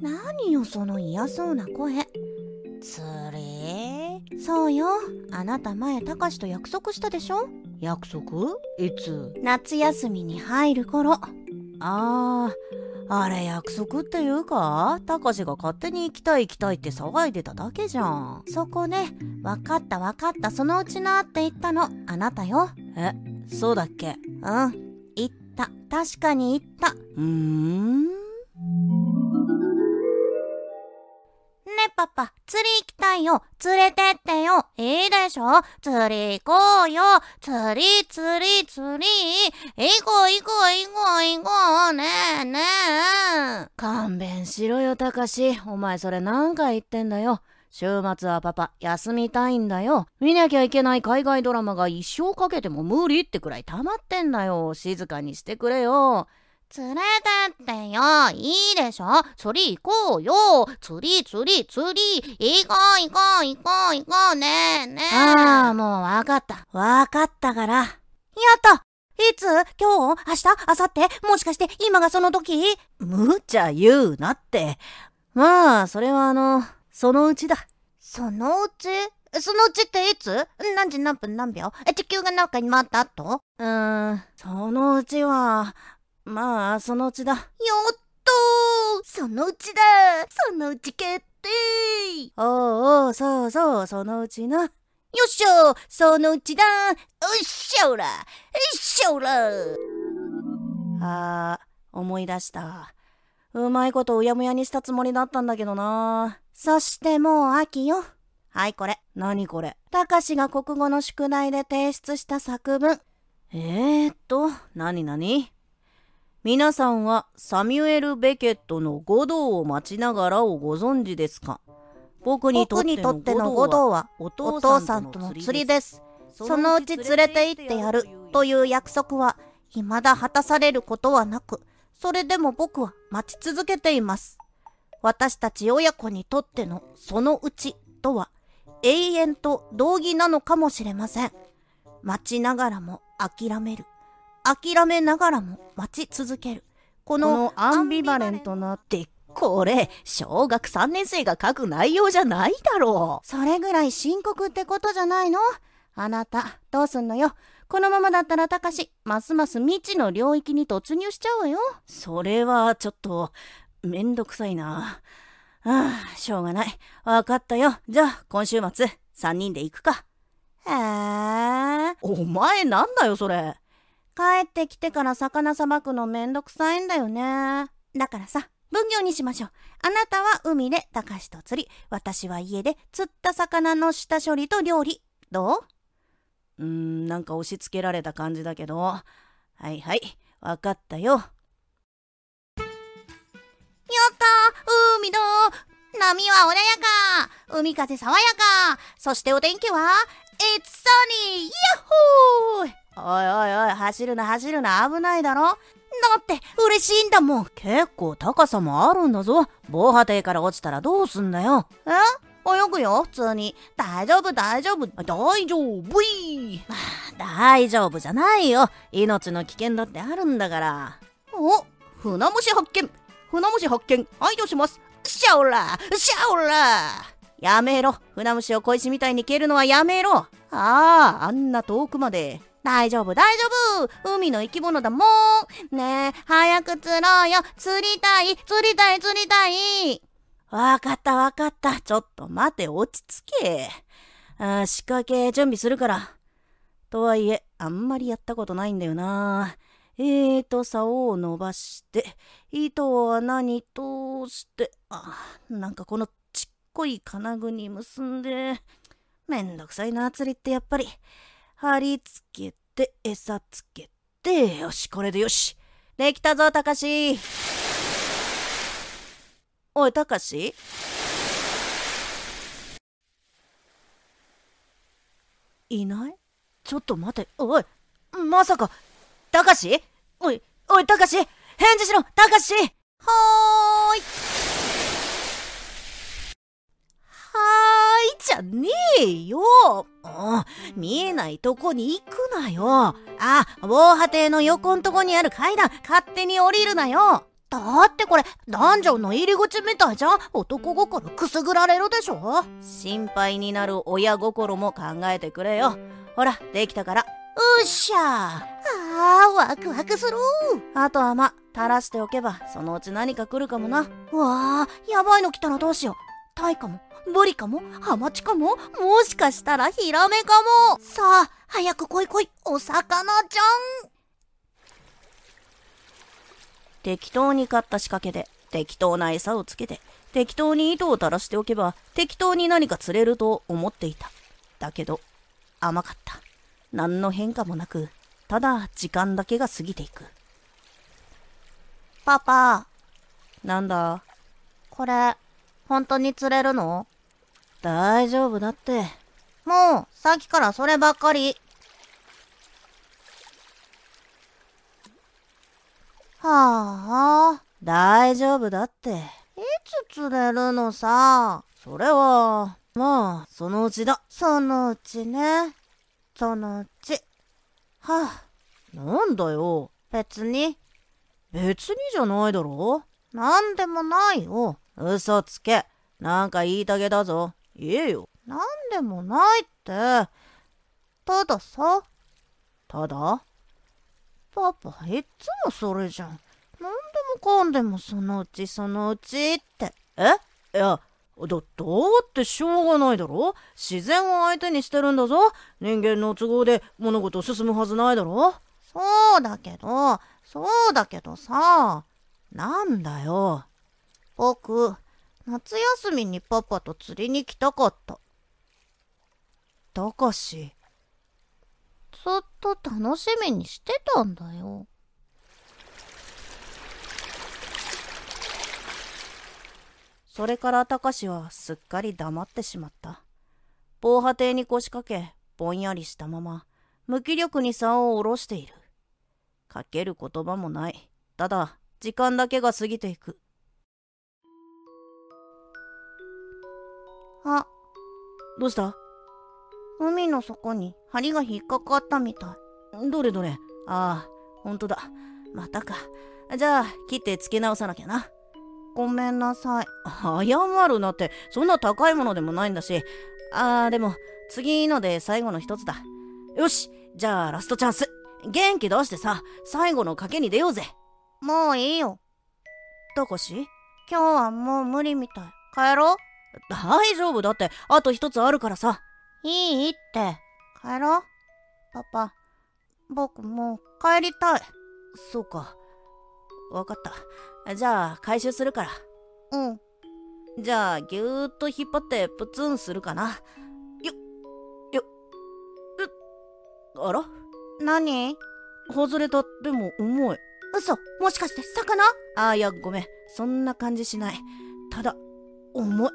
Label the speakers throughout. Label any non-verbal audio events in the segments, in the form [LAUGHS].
Speaker 1: 何よその嫌そうな声つれそうよあなた前たかしと約束したでしょ
Speaker 2: 約束いつ
Speaker 1: 夏休みに入る頃
Speaker 2: あああれ約束っていうかたかしが勝手に行きたい行きたいって騒いでただけじゃん
Speaker 1: そこね分かった分かったそのうちなって言ったのあなたよ
Speaker 2: えそうだっけ
Speaker 1: うん言った確かに言った
Speaker 2: うーん
Speaker 1: ねえパパ、釣り行きたいよ。連れてってよ。いいでしょ釣り行こうよ。釣り、釣り、釣り。行こう、行こう、行こう、行こう。ねえ、ねえ。
Speaker 2: 勘弁しろよたかしお前それ何回言ってんだよ週末はパパ休みたいんだよ見なきゃいけない海外ドラマが一生かけても無理ってくらい溜まってんだよ静かにしてくれよ
Speaker 1: 連れてってよ。いいでしょ釣り行こうよ。釣り、釣り、釣り。行こう、行こう、行こう、行こう。ねえ、ねえ。
Speaker 2: ああもうわかったわかったから
Speaker 1: やったいつ今日明日明後日もしかして今がその時
Speaker 2: 無茶言うなってまあそれはあのそのうちだ
Speaker 1: そのうちそのうちっていつ何時何分何秒え地球が中に回った後やっ
Speaker 2: うーんそのうちはまあそのうちだ
Speaker 1: とーそのうちだそのうち決定
Speaker 2: おうおうそうそうそのうちな
Speaker 1: よっしゃそのうちだよっしゃおらよっしゃおら
Speaker 2: あー思い出したうまいことうやむやにしたつもりだったんだけどな
Speaker 1: そしてもう秋よはいこれ
Speaker 2: 何これ
Speaker 1: たかしが国語の宿題で提出した作文
Speaker 2: えー、っと何何皆さんはサミュエル・ベケットの「五道を待ちながら」をご存知ですか僕にと
Speaker 1: 僕にとっ
Speaker 2: ってての
Speaker 1: の
Speaker 2: 五
Speaker 1: 五
Speaker 2: 道は
Speaker 1: 道は
Speaker 2: お
Speaker 1: お
Speaker 2: 父
Speaker 1: 父
Speaker 2: さ
Speaker 1: さ
Speaker 2: ん
Speaker 1: ん
Speaker 2: と
Speaker 1: と
Speaker 2: の
Speaker 1: の
Speaker 2: 釣
Speaker 1: 釣
Speaker 2: り
Speaker 1: り
Speaker 2: で
Speaker 1: ですすそのうち連れて行ってやるという約束は未だ果たされることはなく、それでも僕は待ち続けています。私たち親子にとってのそのうちとは永遠と同義なのかもしれません。待ちながらも諦める。諦めながらも待ち続ける。こ
Speaker 2: こ
Speaker 1: の
Speaker 2: のアンビバレントなってこれ小学3年生が書く内容じゃないだろ
Speaker 1: それぐらい深刻ってことじゃないのあなた、どうすんのよ。このままだったらたかし、ますます未知の領域に突入しちゃうわよ。
Speaker 2: うそれはちょっとめんどくさいなああしょうがないわかったよじゃあ今週末3人で行くか
Speaker 1: へえ。
Speaker 2: お前なんだよそれ
Speaker 1: 帰ってきてから魚さばくのめんどくさいんだよね。だからさ、分業にしましょう。あなたは海でたかしと釣り、私は家で釣った魚の下処理と料理。どう
Speaker 2: うーんなんか押し付けられた感じだけどはいはいわかったよ
Speaker 1: やったー海だ波は穏やか海風爽やかそしてお天気は It's sunny! ヤッホーだ
Speaker 2: おいおいおい走るな走るな危ないだろ
Speaker 1: って嬉しいんだもん
Speaker 2: 結構高さもあるんだぞ防波堤から落ちたらどうすんだよ
Speaker 1: え泳ぐよ普通に大丈夫大丈夫
Speaker 2: 大丈夫い大丈夫じゃないよ命の危険だってあるんだから
Speaker 1: お
Speaker 2: 船虫発見船虫発見排除しますシャオラシャオラやめろ船虫を小石みたいに蹴るのはやめろあああんな遠くまで
Speaker 1: 大丈夫大丈夫海の生き物だもんねえ早く釣ろうよ釣りたい釣りたい釣りたい
Speaker 2: わかったわかったちょっと待て落ち着けあー仕掛け準備するからとはいえあんまりやったことないんだよなえーと竿を伸ばして糸を穴に通してあーなんかこのちっこい金具に結んでめんどくさいな釣りってやっぱり貼り付けて餌つけてよしこれでよしできたぞたかしおいたかしいないちょっと待ておいまさかたかしおいおいたかし返事しろたかし
Speaker 1: はーい
Speaker 2: はーいじゃねえよあ見えないとこに行くなよあ防波堤の横んとこにある階段勝手に降りるなよだってこれ男女の入り口みたいじゃん男心くすぐられるでしょ
Speaker 1: 心配になる親心も考えてくれよほらできたからうっしゃ
Speaker 2: あーワクワクする
Speaker 1: あとはま垂らしておけばそのうち何か来るかもな
Speaker 2: わあやばいの来たらどうしようタイかもブリかもハマチかももしかしたらヒラメかもさあ早く来い来いお魚ち
Speaker 1: 適当に買った仕掛けで適当な餌をつけて適当に糸を垂らしておけば適当に何か釣れると思っていただけど甘かった何の変化もなくただ時間だけが過ぎていく
Speaker 2: ゃんパパ
Speaker 1: なんだ
Speaker 2: これ本当に釣れるの
Speaker 1: 大丈夫だって
Speaker 2: もうさっきからそればっかりはあ
Speaker 1: 大丈夫だって
Speaker 2: いつ釣れるのさ
Speaker 1: それはまあそのうちだ
Speaker 2: そのうちねそのうちはあ
Speaker 1: なんだよ
Speaker 2: 別に
Speaker 1: 別にじゃないだろ
Speaker 2: なんでもないよ
Speaker 1: 嘘つけなんか言いたげだぞ言えよ
Speaker 2: なんでもないってたださ
Speaker 1: ただ
Speaker 2: パパいっつもそれじゃんなんでもかんでもそのうちそのうちって
Speaker 1: えいやだだってしょうがないだろ自然を相手にしてるんだぞ人間の都合で物事進むはずないだろ
Speaker 2: そうだけどそうだけどさ
Speaker 1: なんだよ
Speaker 2: 僕夏休みにパパと釣りに来たかった
Speaker 1: たかし
Speaker 2: ずっと楽しみにしてたんだよ
Speaker 1: それからたかしはすっかり黙ってしまった防波堤に腰掛けぼんやりしたまま無気力に竿を下ろしているかける言葉もないただ時間だけが過ぎていく
Speaker 2: あ
Speaker 1: どうした
Speaker 2: 海の底に針が引っかかったみたい
Speaker 1: どれどれああほんとだまたかじゃあ切って付け直さなきゃな
Speaker 2: ごめんなさい
Speaker 1: 謝るなってそんな高いものでもないんだしあーでも次ので最後の一つだよしじゃあラストチャンス元気出してさ最後の賭けに出ようぜ
Speaker 2: もういいよ
Speaker 1: たかし
Speaker 2: 今日はもう無理みたい帰ろう
Speaker 1: 大丈夫だってあと一つあるからさ
Speaker 2: いいって帰ろうパパ僕もう帰りたい
Speaker 1: そうかわかったじゃあ回収するから
Speaker 2: うん
Speaker 1: じゃあぎゅーっと引っ張ってプツンするかなよようあら
Speaker 2: 何
Speaker 1: 外れたでも重い
Speaker 2: 嘘もしかして魚
Speaker 1: あーいやごめんそんな感じしないただ重い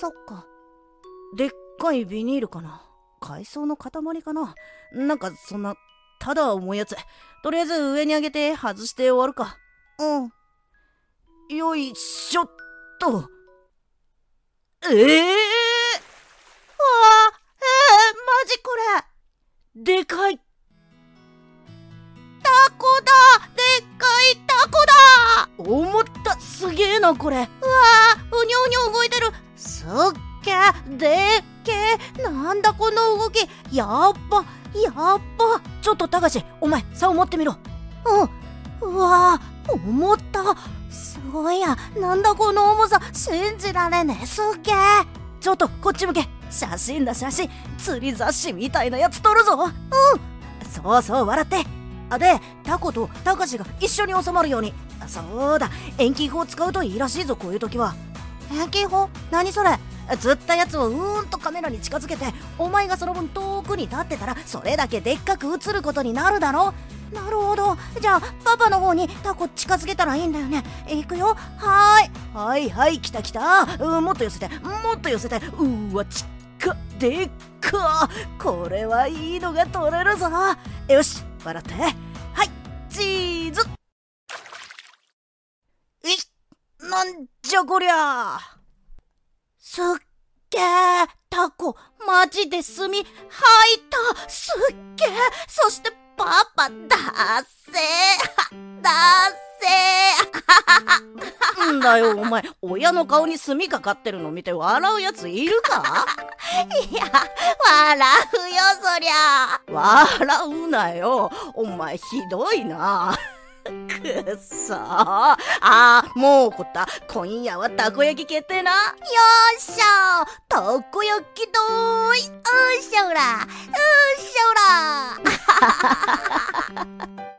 Speaker 2: そっか
Speaker 1: でっかいビニールかな海藻の塊かななんかそんなただ重いやつとりあえず上に上げて外して終わるか
Speaker 2: うん
Speaker 1: よいしょっとええ
Speaker 2: あえー、マジこれ
Speaker 1: ー、でかい
Speaker 2: タコだでっかいタコだ
Speaker 1: 思ったすげえなこれ
Speaker 2: うにょうにょ動いてるすっげえでっけえなんだこの動きやっばやっば
Speaker 1: ちょっとたかしお前竿持ってみろ
Speaker 2: うんうわあ思ったすごいやなんだこの重さ信じられねえすっげえ
Speaker 1: ちょっとこっち向け写真だ写真釣り雑誌みたいなやつ撮るぞうんそうそう笑ってあでタコとタカシが一緒に収まるようにあそうだ遠近法使うといいらしいぞこういう時は
Speaker 2: 遠近法何それ
Speaker 1: 釣ったやつをうーんとカメラに近づけてお前がその分遠くに立ってたらそれだけでっかく映ることになるだろ
Speaker 2: なるほどじゃあパパの方にタコ近づけたらいいんだよね行くよはーい
Speaker 1: はいはい来た来たうんもっと寄せてもっと寄せてうーわちっかでっかこれはいいのが取れるぞよし笑ってはいチーズえっなんじゃこりゃ
Speaker 2: すっげータコマジで炭吐いたすっげーそして
Speaker 1: [LAUGHS]
Speaker 2: パパだっせーだっせーだよお前親の顔に墨かかってるの見て笑うやついるか
Speaker 1: いや、笑うよ、そりゃ。
Speaker 2: 笑うなよお前ひどいな [LAUGHS] くっそーああもうこった今夜はたこ焼き決定な
Speaker 1: よっしゃたこ焼きどーい。うっしゃうら、うっしゃうら。